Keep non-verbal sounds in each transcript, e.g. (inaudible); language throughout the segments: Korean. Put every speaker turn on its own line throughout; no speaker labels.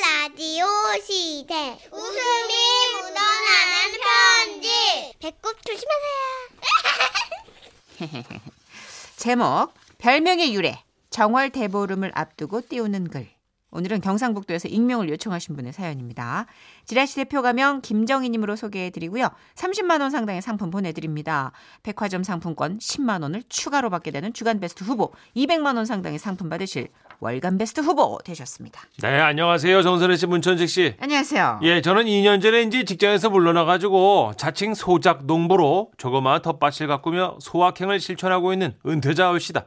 라디오 시대 웃음이 묻어나는 편지 배꼽 조심하세요
제목 별명의 유래 정월 대보름을 앞두고 띄우는 글 오늘은 경상북도에서 익명을 요청하신 분의 사연입니다. 지라시 대표 가명 김정희님으로 소개해드리고요. 30만 원 상당의 상품 보내드립니다. 백화점 상품권 10만 원을 추가로 받게 되는 주간 베스트 후보 200만 원 상당의 상품 받으실 월간 베스트 후보 되셨습니다.
네, 안녕하세요. 정선혜 씨, 문천식 씨.
안녕하세요.
예, 저는 2년 전에 이제 직장에서 물러나가지고 자칭 소작 농부로 조그마한 텃밭을 가꾸며 소확행을 실천하고 있는 은퇴자입시다.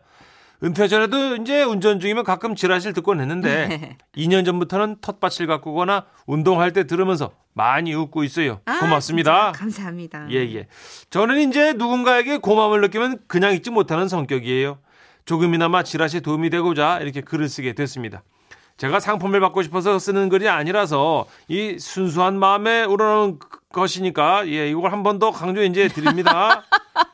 은퇴 전에도 이제 운전 중이면 가끔 지라시를
(laughs)
듣곤 했는데 2년 전부터는 텃밭을 가꾸거나 운동할 때 들으면서 많이 웃고 있어요.
아,
고맙습니다.
진짜 감사합니다.
예, 예. 저는 이제 누군가에게 고마움을 느끼면 그냥 잊지 못하는 성격이에요. 조금이나마 지라시 도움이 되고자 이렇게 글을 쓰게 됐습니다. 제가 상품을 받고 싶어서 쓰는 글이 아니라서 이 순수한 마음에 우러나오는 것이니까 예, 이걸 한 번 더 강조
(laughs)
이제 드립니다.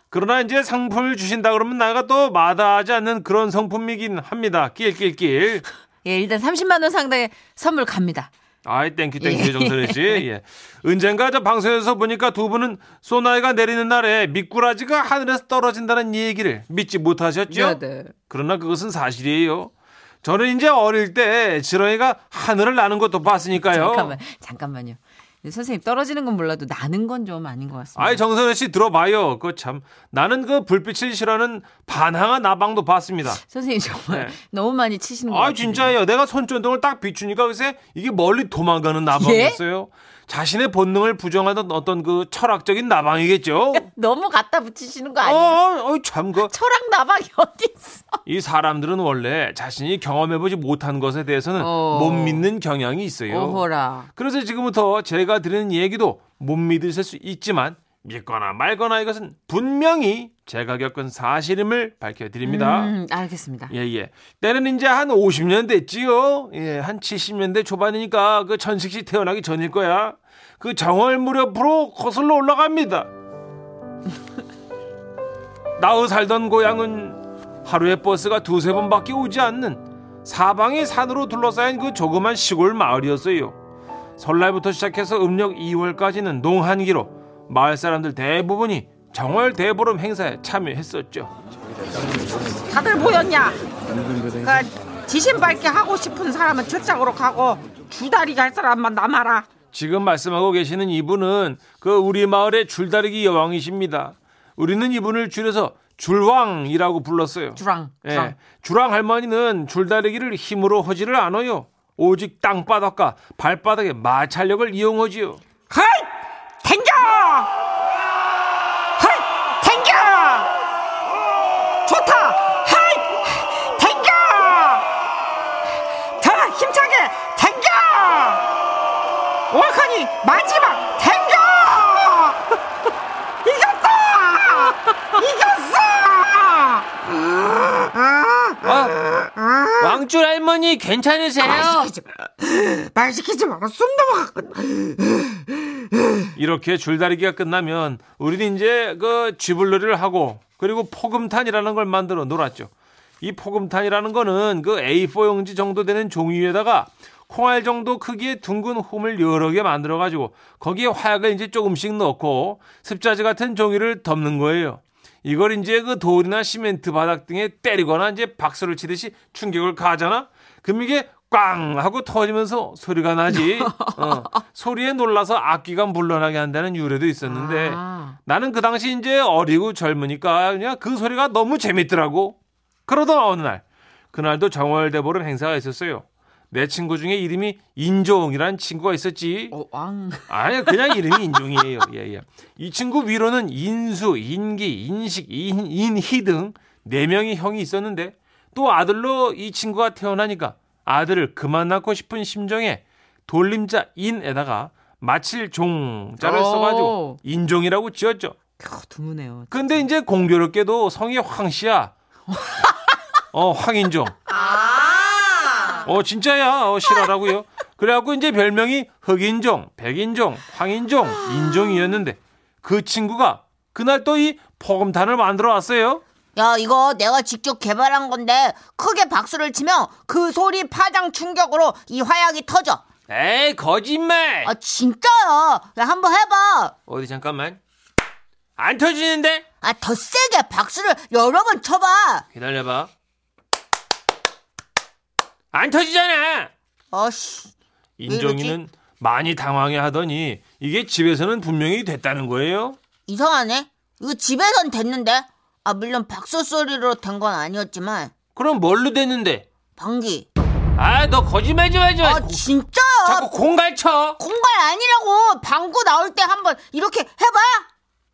그러나 이제 상품을 주신다 그러면 내가 또 마다하지 않는 그런 성품이긴 합니다. 낄낄낄.
예, 일단 30만 원 상당의 선물 갑니다.
아이 땡큐 땡큐 정선혜
(laughs)
씨. 예. 언젠가 저 방송에서 보니까 두 분은 소나이가 내리는 날에 미꾸라지가 하늘에서 떨어진다는 얘기를 믿지
네,
못하셨죠?
네.
그러나 그것은 사실이에요. 저는 이제 어릴 때 지렁이가 하늘을 나는 것도 봤으니까요.
잠깐만, 잠깐만요. 선생님 떨어지는 건 몰라도 나는 건 좀 아닌 것 같습니다.
아이 정선혜 씨 들어봐요. 그 참 나는 그 불빛을 싫어하는 반항아 나방도 봤습니다.
선생님 정말
네.
너무 많이 치시는 것
아
같아요.
진짜예요. 내가 손전등을 딱 비추니까 글쎄 이게 멀리 도망가는 나방이었어요.
예?
자신의 본능을 부정하던 어떤 그
(laughs)
철학적인 나방이겠죠.
너무 갖다 붙이시는 거
어,
아니에요?
어, 어, 참, 그,
철학 나방이 (laughs) 어디 있어?
이 사람들은 원래 자신이 경험해보지 못한 것에 대해서는
어.
못 믿는 경향이 있어요.
오호라.
그래서 지금부터 제가 드리는 얘기도 못 믿으실 수 있지만, 믿거나 말거나 이것은 분명히 제가 겪은 사실임을 밝혀드립니다.
음, 알겠습니다.
예, 예. 때는 이제 한 50년 됐지요. 예, 한 70년대 초반이니까 그 천식 씨 태어나기 전일 거야. 그 정월 무렵으로 거슬러 올라갑니다. (laughs) 나우 살던 고향은 하루에 버스가 두세 번밖에 오지 않는 사방이 산으로 둘러싸인 그 조그만 시골 마을이었어요. 설날부터 시작해서 음력 2월까지는 농한기로 마을 사람들 대부분이 정월 대보름 행사에 참여했었죠.
다들 보였냐? 그 지신 밝게 하고 싶은 사람은 저쪽으로 가고 주다리 갈 사람만 남아라.
지금 말씀하고 계시는 이분은 그 우리 마을의 줄다리기 여왕이십니다. 우리는 이분을 줄여서 줄왕이라고 불렀어요.
주랑.
예.
주랑.
주랑 할머니는 줄다리기를 힘으로 허지를 않아요. 오직 땅바닥과 발바닥의 마찰력을 이용하지요. 어?
헐! 댕겨! 헐! 댕겨! 좋다! 헐! 댕겨! 더 힘차게 댕겨! 월커니 마지막 (laughs) 댕겨! 이겼다! 이겼어!
왕줄 할머니 괜찮으세요?
말 시키지 마. 말 시키지 마라. 숨 넘어갔거든.
이렇게 줄다리기가 끝나면 우리는 이제 그 쥐불놀이를 하고 그리고 포금탄이라는 걸 만들어 놀았죠. 이 포금탄이라는 거는 그 A4 용지 정도 되는 종이 위에다가 콩알 정도 크기의 둥근 홈을 여러 개 만들어 가지고 거기에 화약을 이제 조금씩 넣고 습자지 같은 종이를 덮는 거예요. 이걸 이제 그 돌이나 시멘트 바닥 등에 때리거나 이제 박수를 치듯이 충격을 가하잖아. 그럼 이게 꽝 하고 터지면서 소리가 나지. 어, 소리에 놀라서 악기가 물러나게 한다는 유래도 있었는데
아.
나는 그 당시 이제 어리고 젊으니까 그냥 그 소리가 너무 재밌더라고. 그러던 어느 날 그날도 정월대보름 행사가 있었어요. 내 친구 중에 이름이 인종이라는 친구가 있었지.
어, 왕.
아니 그냥 이름이 인종이에요. 예, 예. 이 친구 위로는 인수, 인기, 인식, 인, 인희 등 네 명의 형이 있었는데 또 아들로 이 친구가 태어나니까 아들을 그만 낳고 싶은 심정에 돌림자 인에다가 마칠 종자를
오.
써가지고 인종이라고 지었죠.
캬, 드무네요.
근데 이제 공교롭게도 성이 황씨야. 어, 황인종. 어, 진짜야. 어, 실화라고요. 그래갖고 이제 별명이 흑인종, 백인종, 황인종, 인종이었는데 그 친구가 그날 또 이 포금탄을 만들어 왔어요.
야, 이거 내가 직접 개발한 건데 크게 박수를 치면 그 소리 파장 충격으로 이 화약이 터져.
에이 거짓말.
아 진짜야. 야 한번 해봐.
어디 잠깐만. 안 터지는데?
아 더 세게 박수를 여러 번 쳐봐.
기다려봐. 안 터지잖아.
아씨.
인종이는 많이 당황해 하더니 이게 집에서는 분명히 됐다는 거예요.
이상하네. 이거 집에선 됐는데. 아 물론 박수 소리로 된 건 아니었지만
그럼 뭘로 됐는데?
방귀.
아, 너 거짓말 좀 하지 마.
아
고-
진짜야.
자꾸 공갈쳐.
공갈 아니라고 방구 나올 때 한번 이렇게 해봐.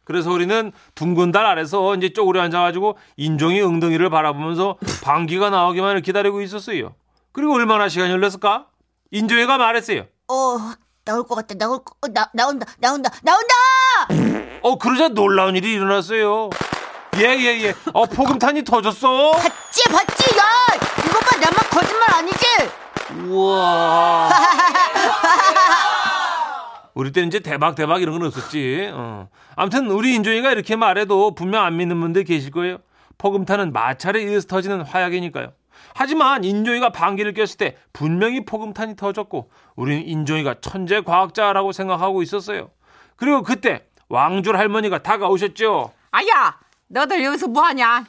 그래서 우리는 둥근 달 아래서 이제 쪼그려 앉아가지고 인종이 엉덩이를 바라보면서 방귀가 나오기만을 기다리고 있었어요. 그리고 얼마나 시간이 흘렀을까? 인종이가 말했어요.
어 나올 것 같다. 나올 거, 어, 나 나온다 나온다 나온다.
어, 그러자 놀라운 일이 일어났어요. 예, 예, 예. 어, 포금탄이 터졌어.
봤지 봤지 야 이것 봐 나만 거짓말 아니지?
우와. 우리 때는 이제 대박 대박 이런 건 없었지. 어. 아무튼 우리 인종이가 이렇게 말해도 분명 안 믿는 분들 계실 거예요. 포금탄은 마찰에 의해서 터지는 화약이니까요. 하지만 인종이가 방귀를 꼈을 때 분명히 포금탄이 터졌고 우리는 인종이가 천재 과학자라고 생각하고 있었어요. 그리고 그때 왕줄 할머니가 다가오셨죠.
(laughs) 아야 너들 여기서 뭐하냐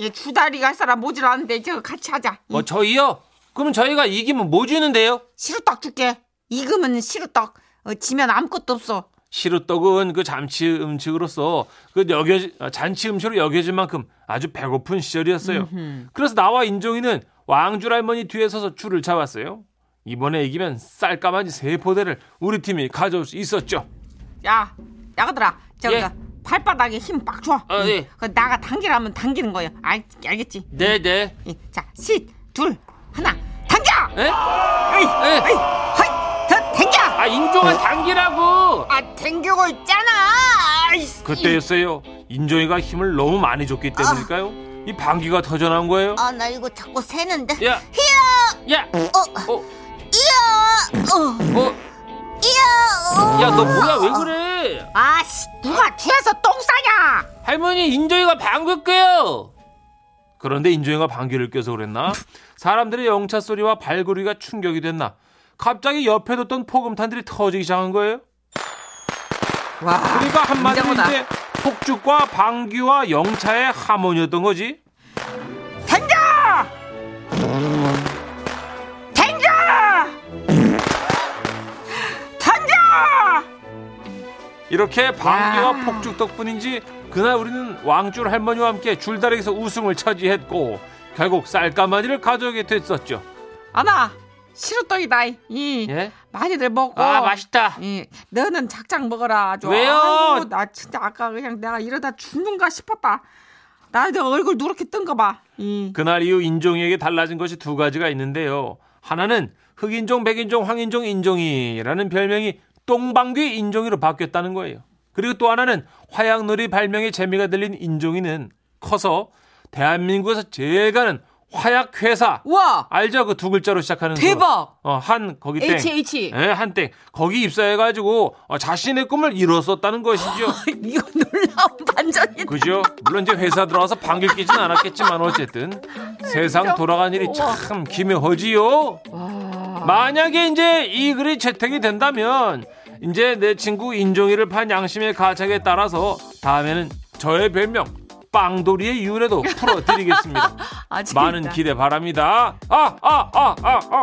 얘 주다리 갈 사람 모질라는데 저거 같이 하자
뭐 저희요? 그럼 저희가 이기면 뭐 주는데요?
시루떡 줄게 익으면 시루떡 어, 지면 아무것도 없어
시루떡은 그 잠치 음식으로서 그 여겨 잔치 음식으로 여겨질 만큼 아주 배고픈 시절이었어요. 그래서 나와 인종이는 왕줄 할머니 뒤에 서서 줄을 잡았어요. 이번에 이기면 쌀까마지 세 포대를 우리 팀이 가져올 수 있었죠.
야 야가들아 저기
예.
발바닥에 힘 빡 줘.
아, 예.
그 나가 당기라면 당기는 거야. 알, 알겠지?
네, 네.
예, 자, 시, 둘, 하나, 당겨!
에?
에이,
에?
에이, 허이, 더 당겨!
아, 인종아 당기라고.
아, 당기고 있잖아! 아이씨.
그때였어요. 인종이가 힘을 너무 많이 줬기 때문일까요? 이 방귀가 터져나온 거예요.
아 나 이거 자꾸 새는데.
야,
히야
야,
어
어,
이야 어
어,
이야. 어.
야, 너 뭐야? 왜 그래?
아씨, 누가 뒤에서 똥 싸냐!
할머니 인조이가 방귀 껴요. 그런데 인조이가 방귀를 껴서 그랬나? 사람들의 영차 소리와 발걸이가 충격이 됐나? 갑자기 옆에 뒀던 포금탄들이 터지기 시작한 거예요.
와,
그러니까 한마디로
인정하다.
이제 폭죽과 방귀와 영차의 하모니였던 거지.
당겨! 당겨! 당겨!
이렇게 방귀와
야.
폭죽 덕분인지 그날 우리는 왕줄 할머니와 함께 줄다리기에서 우승을 차지했고 결국 쌀까마니를 가져오게 됐었죠.
아나, 시루떡이다. 이,
예?
많이들 먹어.
아 맛있다.
예, 너는 작작 먹어라. 아주.
왜요?
아이고, 나 진짜 아까 그냥 내가 이러다 죽는가 싶었다. 나 이제 얼굴 누렇게 뜬 거 봐. 예.
그날 이후 인종에게 달라진 것이 두 가지가 있는데요. 하나는 흑인종, 백인종, 황인종, 인종이라는 별명이 똥방귀 인종이로 바뀌었다는 거예요. 그리고 또 하나는 화약놀이 발명의 재미가 들린 인종이는 커서 대한민국에서 제일 가는 화약회사
우와!
알죠? 그 두 글자로 시작하는 거.
대박!
어, 한 거기 땡.
H. (laughs)
예, 한땡. 거기 입사해가지고 어, 자신의 꿈을 이뤘었다는 것이죠.
이거 놀라운 반전이다.
그죠? 물론 이제 회사 들어와서 방귀 끼진 않았겠지만 어쨌든 세상 돌아간 일이 참 기묘하지요. 만약에 이제 이 글이 채택이 된다면 이제 내 친구 인종이를 판 양심의 가책에 따라서 다음에는 저의 별명 빵돌이의 유래도
(laughs)
풀어드리겠습니다.
아, 재밌다.
많은 기대 바랍니다. 아, 아, 아, 아, 아.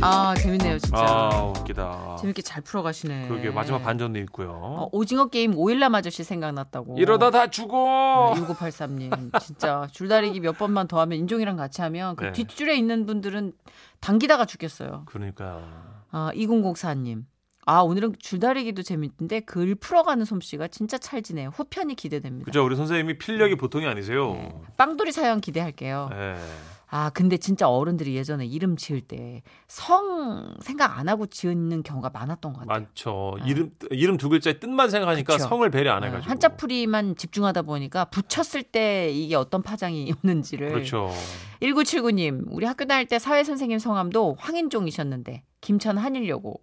아, 재밌네요,
아,
진짜.
아 웃기다.
재밌게 잘 풀어가시네.
그러게 마지막 반전도
어,
있고요.
오징어 게임 오일남 아저씨 생각났다고.
이러다 다 죽어.
네. 6983님 진짜 줄다리기 몇 번만 더 하면 인종이랑 같이 하면 그
네.
뒷줄에 있는 분들은 당기다가 죽겠어요.
그러니까요.
아, 2004님. 아, 오늘은 줄다리기도 재밌는데 글 풀어가는 솜씨가 진짜 찰지네요. 후편이 기대됩니다.
그죠 우리 선생님이 필력이
음.
보통이 아니세요.
빵돌이 사연 기대할게요.
예.
아, 근데 진짜 어른들이 예전에 이름 지을 때 성 생각 안 하고 지는 경우가 많았던 것 같아요.
많죠. 이름 이름 두 글자의 뜻만 생각하니까
어. 음. 그쵸.
성을 배려 안
아,
해가지고.
한자풀이만 집중하다 보니까 붙였을 때 이게 어떤 파장이 오는지를
그렇죠.
1979님, 우리 학교 다닐 때 사회 선생님 성함도 황인종이셨는데 김천 한일여고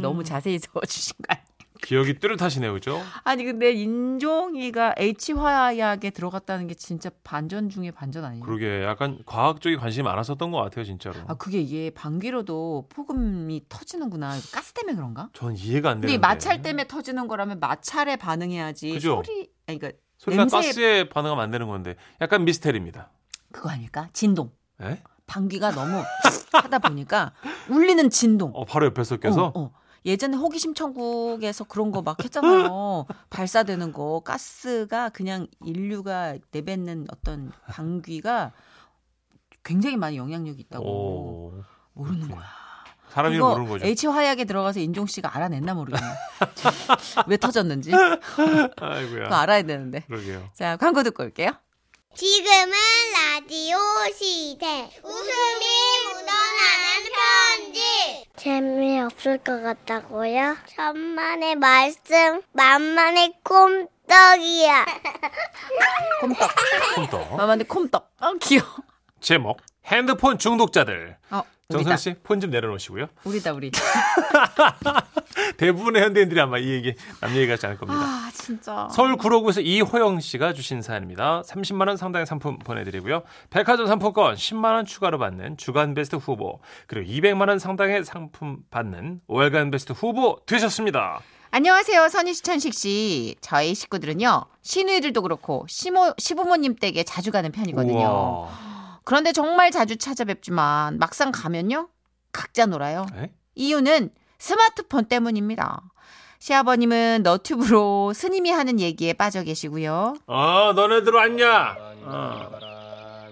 (laughs) 너무 자세히 적어주신 거 아니에요?
기억이 뚜렷하시네요, 그죠?
아니 근데 인종이가 H화약에 들어갔다는 게 진짜 반전 중에 반전 아니에요?
그러게 약간 과학 쪽에 관심이 많았었던 것 같아요, 진짜로.
아 그게 이게 방귀로도 포금이 터지는구나. 이거 가스 때문에 그런가?
전 이해가 안
근데
되는데.
이 마찰 때문에 터지는 거라면 마찰에 반응해야지
네. 그죠?
소리 아니 그러니까
소리나
냄새에-
가스에 반응하면 안 되는 건데 약간 미스테리입니다. 예?
그거 아닐까? 진동.
에?
방귀가 너무 (laughs) 하다 보니까 울리는 진동.
어, 바로 옆에서 껴서
어, 어. 예전에 호기심 천국에서 그런 거 막
(laughs)
했잖아요. 발사되는 거 가스가 그냥 인류가 내뱉는 어떤 방귀가 굉장히 많이 영향력이 있다고
오,
모르는
그렇구나.
거야.
사람 이름 모르는 거죠.
H 화약에 들어가서 인종 씨가 알아냈나 모르겠네.
(laughs)
왜 터졌는지
그러니까. 아이고야.
그거 알아야 되는데.
그러게요.
자 광고 듣고 올게요.
지금은 라디오 시대. 웃음이 묻어나는 편지. 재미없을 것 같다고요? 천만의 말씀, 만만의 꼼떡이야.
콤떡.
홈터.
마마한테 콤떡. 아 귀여워.
제목 핸드폰 중독자들.
어, 우리다.
정선 씨 폰 좀 내려놓으시고요.
우리다 우리.
대부분의 현대인들이 아마 이 얘기 남 얘기 같지 않을 겁니다.
아 진짜.
서울 구로구에서 이호영 씨가 주신 사연입니다. 30만 원 상당의 상품 보내드리고요. 백화점 상품권 10만 원 추가로 받는 주간 베스트 후보 그리고 200만 원 상당의 상품 받는 월간 베스트 후보 되셨습니다.
안녕하세요, 선희 씨, 천식 씨. 저희 식구들은요, 시누이들도 그렇고, 시모, 시부모님 댁에 자주 가는 편이거든요.
우와.
그런데 정말 자주 찾아뵙지만, 막상 가면요, 각자 놀아요.
에?
이유는 스마트폰 때문입니다. 시아버님은 너튜브로 스님이 하는 얘기에 빠져 계시고요.
어, 너네들 왔냐? 어.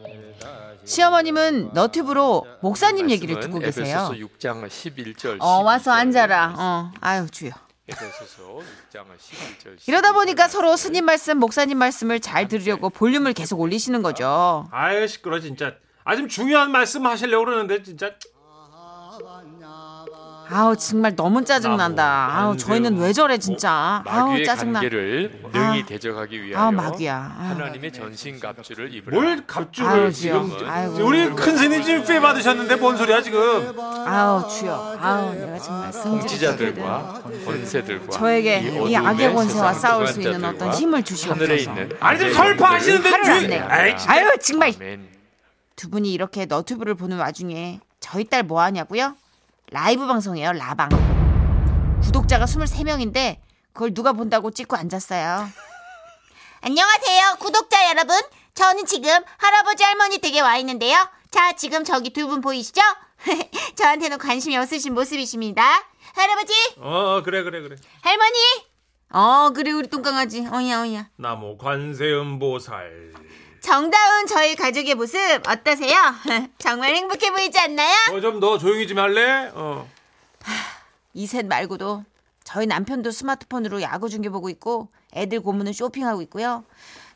시어머님은 너튜브로 목사님 얘기를 듣고
말씀은
계세요.
에베소서 6장 11절.
어, 와서 앉아라. 어, 아유, 주여.
에베소서 6장 11절.
이러다 보니까 서로 스님 말씀, 목사님 말씀을 잘 들으려고 볼륨을 계속 올리시는 거죠.
아유 시끄러 진짜. 아좀 중요한 말씀 하시려고 그러는데 진짜.
아우 정말 너무 짜증 난다.
나무,
아우 저희는
안돼요.
왜 저래 진짜. 아우
뭐 마귀의
짜증 나. 아.
관계를 능히 대적하기 위하여
아우 마귀야. 아우.
하나님의 전신 갑주를 입으라.
뭘 갑주를
아유, 주여.
지금
아이고.
우리 큰 스님 지금 피해 받으셨는데 뭔 소리야 지금?
아우 주여. 아우 내가 정말 성질.
지자들과 권세들과
저에게 이
어둠의
악의 권세와
세상
싸울 수 있는
주관자들과
어떤 힘을
하늘에
주시옵소서.
있는 네.
아니 좀
악의
설파하시는데
화를 안 내요.
주. 아이 진짜.
아유 정말
아멘.
두 분이 이렇게 너튜브를 보는 와중에 저희 딸 뭐 하냐고요? 라이브 방송이에요 라방. 구독자가 23명인데 그걸 누가 본다고 찍고 앉았어요.
안녕하세요, 구독자 여러분. 저는 지금 할아버지 할머니 댁에 와 있는데요. 자, 지금 저기 두 분 보이시죠? (laughs) 저한테는 관심이 없으신 모습이십니다. 할아버지,
어 그래 그래 그래.
할머니.
어 그래 우리 똥강아지 어이야 어이야.
나무 관세음 보살.
정다운 저희 가족의 모습 어떠세요? (laughs) 정말 행복해 보이지 않나요?
너 어, 좀 너 조용히 좀 할래? 어.
이 셋 말고도 저희 남편도 스마트폰으로 야구 중계 보고 있고 애들 고무는 쇼핑하고 있고요.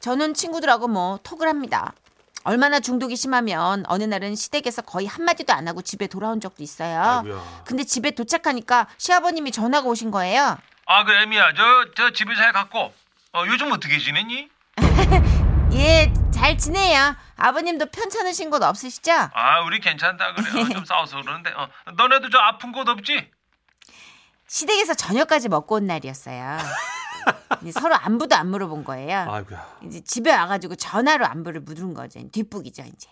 저는 친구들하고 뭐 톡을 합니다. 얼마나 중독이 심하면 어느 날은 시댁에서 거의 한마디도 안 하고 집에 돌아온 적도 있어요.
아이고야.
근데 집에 도착하니까 시아버님이 전화가 오신 거예요.
아, 그 애미야. 저 저 집에 잘 갔고. 어, 요즘 어떻게 지내니?
예, 잘 지내요. 아버님도 편찮으신 곳 없으시죠?
아, 우리 괜찮다 그래. 어, 좀 싸워서 그러는데. 어, 너네도 저 아픈 곳 없지?
시댁에서 저녁까지 먹고 온
(laughs)
날이었어요. 근데 서로 안부도 안 물어본 거예요.
아이고야.
이제 집에 와가지고 전화로 안부를 물은 거죠. 뒷북이죠, 이제.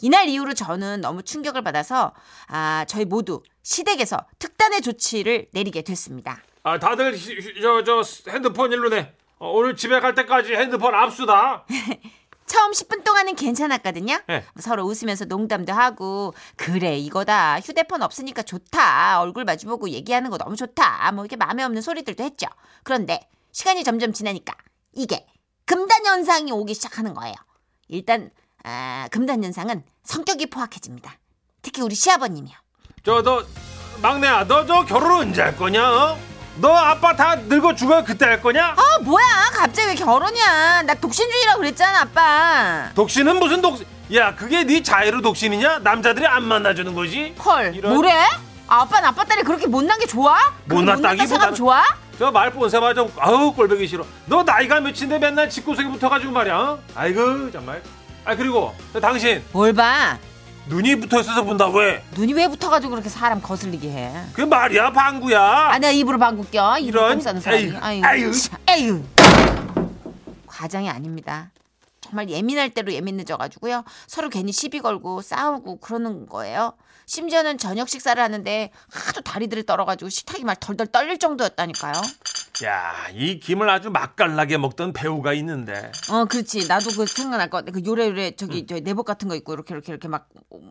이날 이후로 저는 너무 충격을 받아서 아 저희 모두 시댁에서 특단의 조치를 내리게 됐습니다.
아, 다들 저 저 핸드폰 일로 내. 어, 오늘 집에 갈 때까지 핸드폰 압수다.
처음 10분 동안은 괜찮았거든요.
네.
서로 웃으면서 농담도 하고 그래 이거다 휴대폰 없으니까 좋다 얼굴 마주보고 얘기하는 거 너무 좋다 뭐 이게 마음에 없는 소리들도 했죠. 그런데 시간이 점점 지나니까 이게 금단 현상이 오기 시작하는 거예요. 일단 아, 금단 현상은 성격이 포악해집니다. 특히 우리 시아버님이요.
저 너 막내야. 너 저 결혼 언제 할 거냐? 어? 너 아빠 다 늙어 죽어 그때 할 거냐?
아 뭐야 갑자기 왜 결혼이야? 나 독신주의라고 그랬잖아 아빠.
독신은 무슨 독? 야, 그게 네 자유로 독신이냐? 남자들이 안 만나주는 거지.
헐
이런-
뭐래? 아, 아빠는 아빠 딸이 그렇게 못난 게 좋아? 그렇게
못났다기보다는-
못났다 생각 좋아?
저 말 본세마 좀 아우 꼴보기 싫어. 너 나이가 몇인데 맨날 집구석에 붙어가지고 말이야. 어? 아이고 정말. 아 그리고 저 당신
뭘 봐?
눈이 붙어 있어서 본다 왜?
눈이 왜 붙어가지고 그렇게 사람 거슬리게 해?
그게 말이야 방구야.
아, 내가 입으로 방구 껴. 입으로
이런,
똥 싸는 사람이.
에휴,
아유,
에휴.
참, 에휴. 과장이 아닙니다. 정말 예민할 대로 예민해져가지고요. 서로 괜히 시비 걸고 싸우고 그러는 거예요. 심지어는 저녁 식사를 하는데 하도 다리들을 떨어가지고 식탁이 막 덜덜 떨릴 정도였다니까요.
야, 이 김을 아주 맛깔나게 먹던 배우가 있는데.
어, 그렇지. 나도 그 생각날 것 같아. 그 요래요래 저기 저 내복 같은 거 입고 이렇게 이렇게 이렇게 막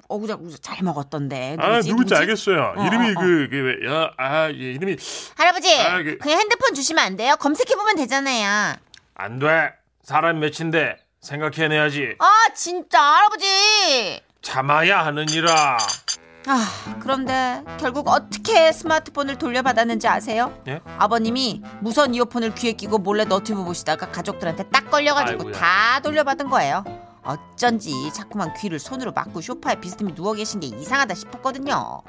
어구자구자 잘 먹었던데.
아 누군지 알겠어요.
어,
이름이
어, 어.
그, 그 왜, 야, 아, 예, 이름이
할아버지,
아, 그-
그냥 핸드폰 주시면 안 돼요? 검색해보면 되잖아요.
안 돼. 사람 몇인데 생각해내야지.
아, 진짜, 할아버지!
참아야 하느니라.
아, 그런데 결국 어떻게 스마트폰을 돌려받았는지 아세요?
예?
아버님이 무선 이어폰을 귀에 끼고 몰래 너튜브 보시다가 가족들한테 딱 걸려가지고
아이고야.
다 돌려받은 거예요. 어쩐지 자꾸만 귀를 손으로 막고 소파에 비스듬히 누워 계신 게 이상하다 싶었거든요.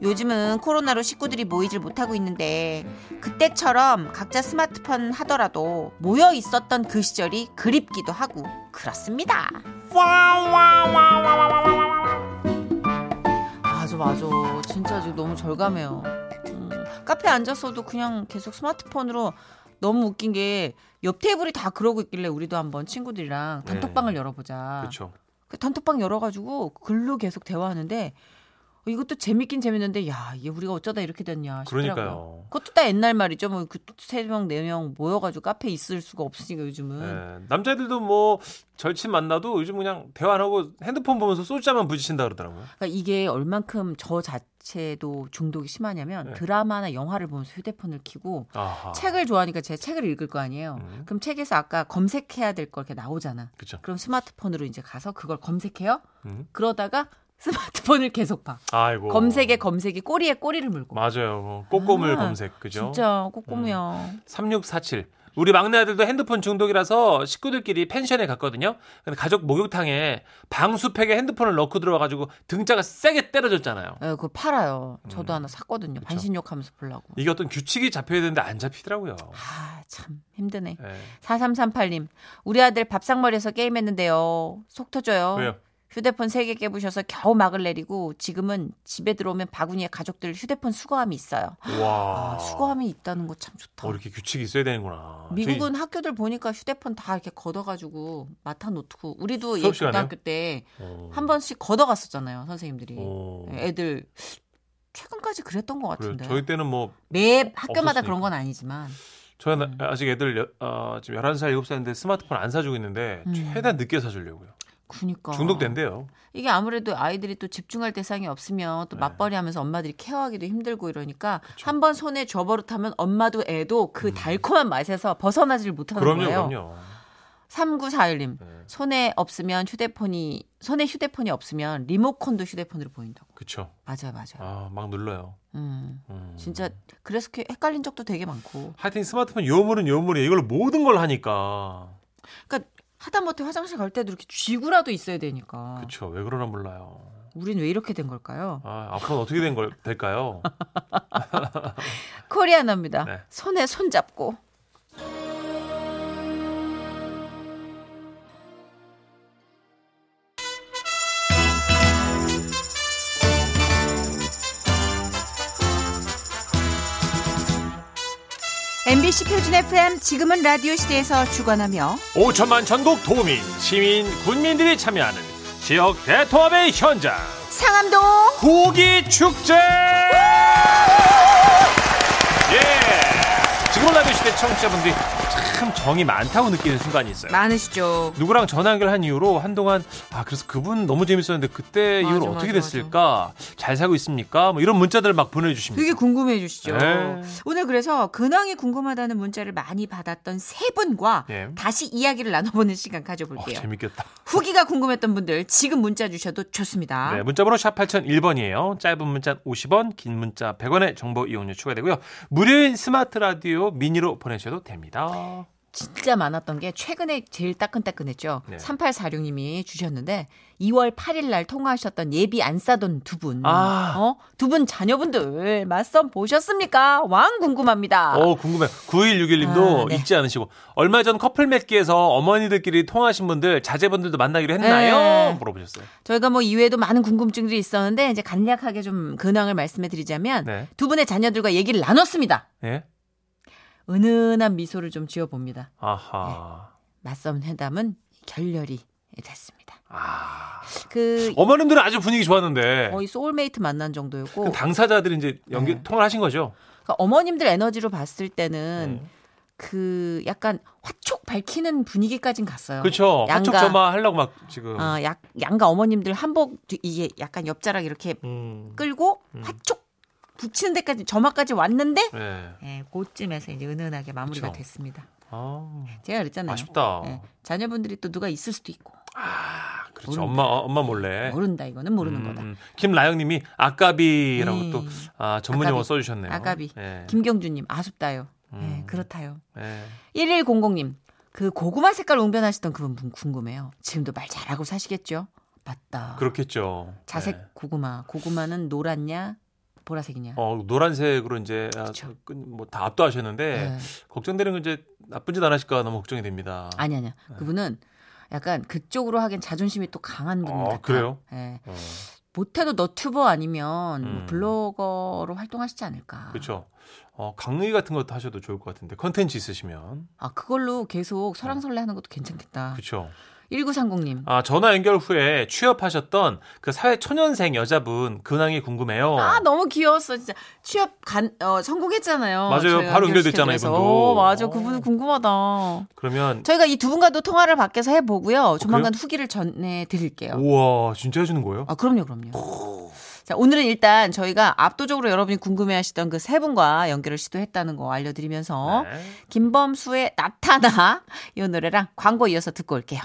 요즘은 코로나로 식구들이 모이질 못하고 있는데 그때처럼 각자 스마트폰 하더라도 모여 있었던 그 시절이 그립기도 하고 그렇습니다. 맞아 맞아 진짜 지금 너무 절감해요 음, 카페 앉았어도 그냥 계속 스마트폰으로 너무 웃긴 게 옆 테이블이 다 그러고 있길래 우리도 한번 친구들이랑 단톡방을 열어보자
네. 그렇죠.
그 단톡방 열어가지고 글로 계속 대화하는데 어, 이것도 재밌긴 재밌는데 야 이게 우리가 어쩌다 이렇게 됐냐 싶더라고요
그러니까요.
그것도 다 옛날 말이죠 뭐그 뭐그세명네명 모여가지고 카페에 있을 수가 없으니까 요즘은
예, 남자들도 뭐 절친 만나도 요즘 그냥 대화 안 하고 핸드폰 보면서 소주잔만 부딪힌다 그러더라고요.
그러니까 이게 얼만큼 저 자체도 중독이 심하냐면
네.
드라마나 영화를 보면서 휴대폰을 켜고
아하.
책을 좋아하니까 제가 책을 읽을 거 아니에요.
음.
그럼 책에서 아까 검색해야 될 거 이렇게 나오잖아.
그렇죠.
그럼 스마트폰으로 이제 가서 그걸 검색해요.
음.
그러다가 (laughs) 스마트폰을 계속 봐.
아이고.
검색에 검색이 꼬리에 꼬리를 물고.
맞아요. 뭐 꼬꼬물
아,
검색 그죠? 음.
진짜 꼬꼬무야.
3647. 우리 막내 아들도 핸드폰 중독이라서 식구들끼리 펜션에 갔거든요. 근데 가족 목욕탕에 방수팩에 핸드폰을 넣고 들어와가지고 등짝을 세게 때려줬잖아요.
예, 그거 팔아요.
음.
저도 하나 샀거든요. 반신욕하면서 보려고.
이게 어떤 규칙이 잡혀야 되는데 안 잡히더라고요.
아, 참 힘드네.
예.
4338님. 우리 아들 밥상머리에서 게임했는데요. 속 터져요.
왜요?
휴대폰 세 개 깨부셔서 겨우 막을 내리고 지금은 집에 들어오면 바구니에 가족들 휴대폰 수거함이 있어요.
와.
아, 수거함이 있다는 거 참 좋다.
어, 이렇게 규칙이 있어야 되는구나.
미국은 학교들 보니까 휴대폰 다 이렇게 걷어가지고 맡아놓고 우리도 예
수업 시간에요?
고등학교 때 한
저희- 어.
번씩 걷어갔었잖아요 선생님들이 예,
어.
애들 최근까지 그랬던 것
그래요.
같은데
저희 때는 뭐
매 학교마다 그런
없었으니까.
건 아니지만
저희
음.
는 아직 애들 여- 어, 지금 11살, 7살인데 스마트폰 안 사주고 있는데
음. 아.
최대한 늦게 사주려고요.
그니까
중독된대요.
이게 아무래도 아이들이 또 집중할 대상이 없으면
네.
또 맞벌이 하면서 엄마들이 케어하기도 힘들고 이러니까 한 번 손에 줘버릇하면 엄마도 애도 그 달콤한 맛에서 벗어나질 못하는
음. 그럼요,
거예요.
그럼요.
3941님.
네.
손에 없으면 휴대폰이 손에 휴대폰이 없으면 리모컨도 휴대폰으로 보인다고.
그쵸.
맞아요, 맞아요.
아, 막 눌러요.
음.
음.
진짜 그래서 그 헷갈린 적도 되게 많고.
하여튼 스마트폰 요물은 요물이에요. 이걸로 모든 걸 하니까.
그러니까 하다못해 화장실 갈 때도 이렇게 쥐구라도 있어야 되니까.
그쵸. 왜 그러나 몰라요.
우린 왜 이렇게 된 걸까요?
아, 앞으로는 어떻게 된 걸, 될까요?
코리아나입니다.
네.
손에 손 잡고. MBC 표준 FM 지금은 라디오 시대에서 주관하며
5천만 전국 도민, 시민, 군민들이 참여하는 지역 대통합의 현장.
상암동
구기 축제! 예! 지금 라디오 시대 청취자분들이 참 정이 많다고 느끼는 순간이 있어요.
많으시죠?
누구랑 전화 연결한 이후로 한동안 아 그래서 그분 너무 재밌었는데 그때
맞아,
이후로 어떻게
맞아,
됐을까 잘 살고 있습니까 뭐 이런 문자들 막 보내주십니다.
되게 궁금해 주시죠.
네.
오늘 그래서 근황이 궁금하다는 문자를 많이 받았던 세 분과
예.
다시 이야기를 나눠보는 시간
어,
가져볼게요.
재밌겠다.
후기가 궁금했던 분들 지금 문자 주셔도 좋습니다.
네, 문자번호 샵 8001번이에요. 짧은 문자 50원, 긴 문자 100원의 정보 이용료 추가되고요. 무료인 스마트 라디오 미니로 보내셔도 됩니다.
진짜 많았던 게 최근에 제일 따끈따끈했죠.
네.
3846님이 주셨는데 2월 8일 날 통화하셨던 예비 안 싸던 두 분.
아.
어? 두 분 자녀분들 맞선 보셨습니까? 왕 궁금합니다.
어, 궁금해. 9161님도
아, 네.
잊지 않으시고 얼마 전 커플 맺기에서 어머니들끼리 통화하신 분들 자제분들도 만나기로 했나요?
네.
물어보셨어요.
저희가 뭐 이외에도 많은 궁금증들이 있었는데 이제 간략하게 좀 근황을 말씀해 드리자면
네.
두 분의 자녀들과 얘기를 나눴습니다.
예.
은은한 미소를 좀 지어 봅니다.
아하.
맞선 회담은 결렬이 됐습니다.
아.
그
어머님들은 아주 분위기 좋았는데
거의 소울메이트 만난 정도였고
네. 그럼 당사자들이 이제 연기
네.
통화를 하신 거죠?
그러니까 어머님들 에너지로 봤을 때는
네.
그 약간 화촉 밝히는 분위기까진 갔어요.
그렇죠.
양가.
화촉 점화 하려고 막 지금.
아, 약, 양가 어머님들 한복 뒤- 이게 약간 옆자락 이렇게
음.
끌고
음.
화촉 붙이는 데까지 점화까지 왔는데
네.
예, 그쯤에서 이제 은은하게 마무리가
그쵸.
됐습니다.
아,
제가 그랬잖아요.
아쉽다.
예, 자녀분들이 또 누가 있을 수도 있고
그렇죠. 엄마 어, 엄마 몰래.
네, 모른다 이거는 모르는 거다.
음. 김라영님이 아까비라고
음.
또 아, 전문 용어
아까비.
써주셨네요.
아까비.
예.
김경준님 아쉽다요. 예,
음.
그렇다요.
예.
1100님 그 고구마 색깔 웅변하시던 그분 분 궁금해요. 지금도 말 잘하고 사시겠죠? 맞다.
그렇겠죠.
자색
예.
고구마. 고구마는 노랗냐 보라색이냐.
어 노란색으로 이제 아,
그쵸.
뭐다 압도하셨는데
예.
걱정되는 건 이제 나쁜 짓 안 하실까 너무 걱정이 됩니다.
아니 아니야.
네.
그분은 약간 그쪽으로 하긴 자존심이 또 강한 분
아,
같아요.
그래요?
예.
어,
못해도 너튜버 아니면 뭐
음.
블로거로 활동하시지 않을까.
그렇죠. 어, 강의 같은 것도 하셔도 좋을 것 같은데 컨텐츠 있으시면
아 그걸로 계속 설랑설레 하는 것도 괜찮겠다.
그렇죠.
1930님.
아 전화 연결 후에 취업하셨던 그 사회 초년생 여자분 근황이 궁금해요.
아 너무 귀여웠어 진짜 취업 간 어, 성공했잖아요.
맞아요.
저희가
바로 연결됐잖아요,
연결시켜드려서.
이분도.
오, 맞아
오.
그분은 궁금하다.
그러면
저희가 이 두 분과도 통화를 밖에서
어,
해보고요. 조만간 후기를 전해 드릴게요.
우와 진짜 해주는 거예요?
아, 그럼요, 그럼요. 자, 오늘은 일단 저희가 압도적으로 여러분이 궁금해 하시던 그 세 분과 연결을 시도했다는 거 알려드리면서
네.
김범수의 나타나 이 노래랑 광고 이어서 듣고 올게요.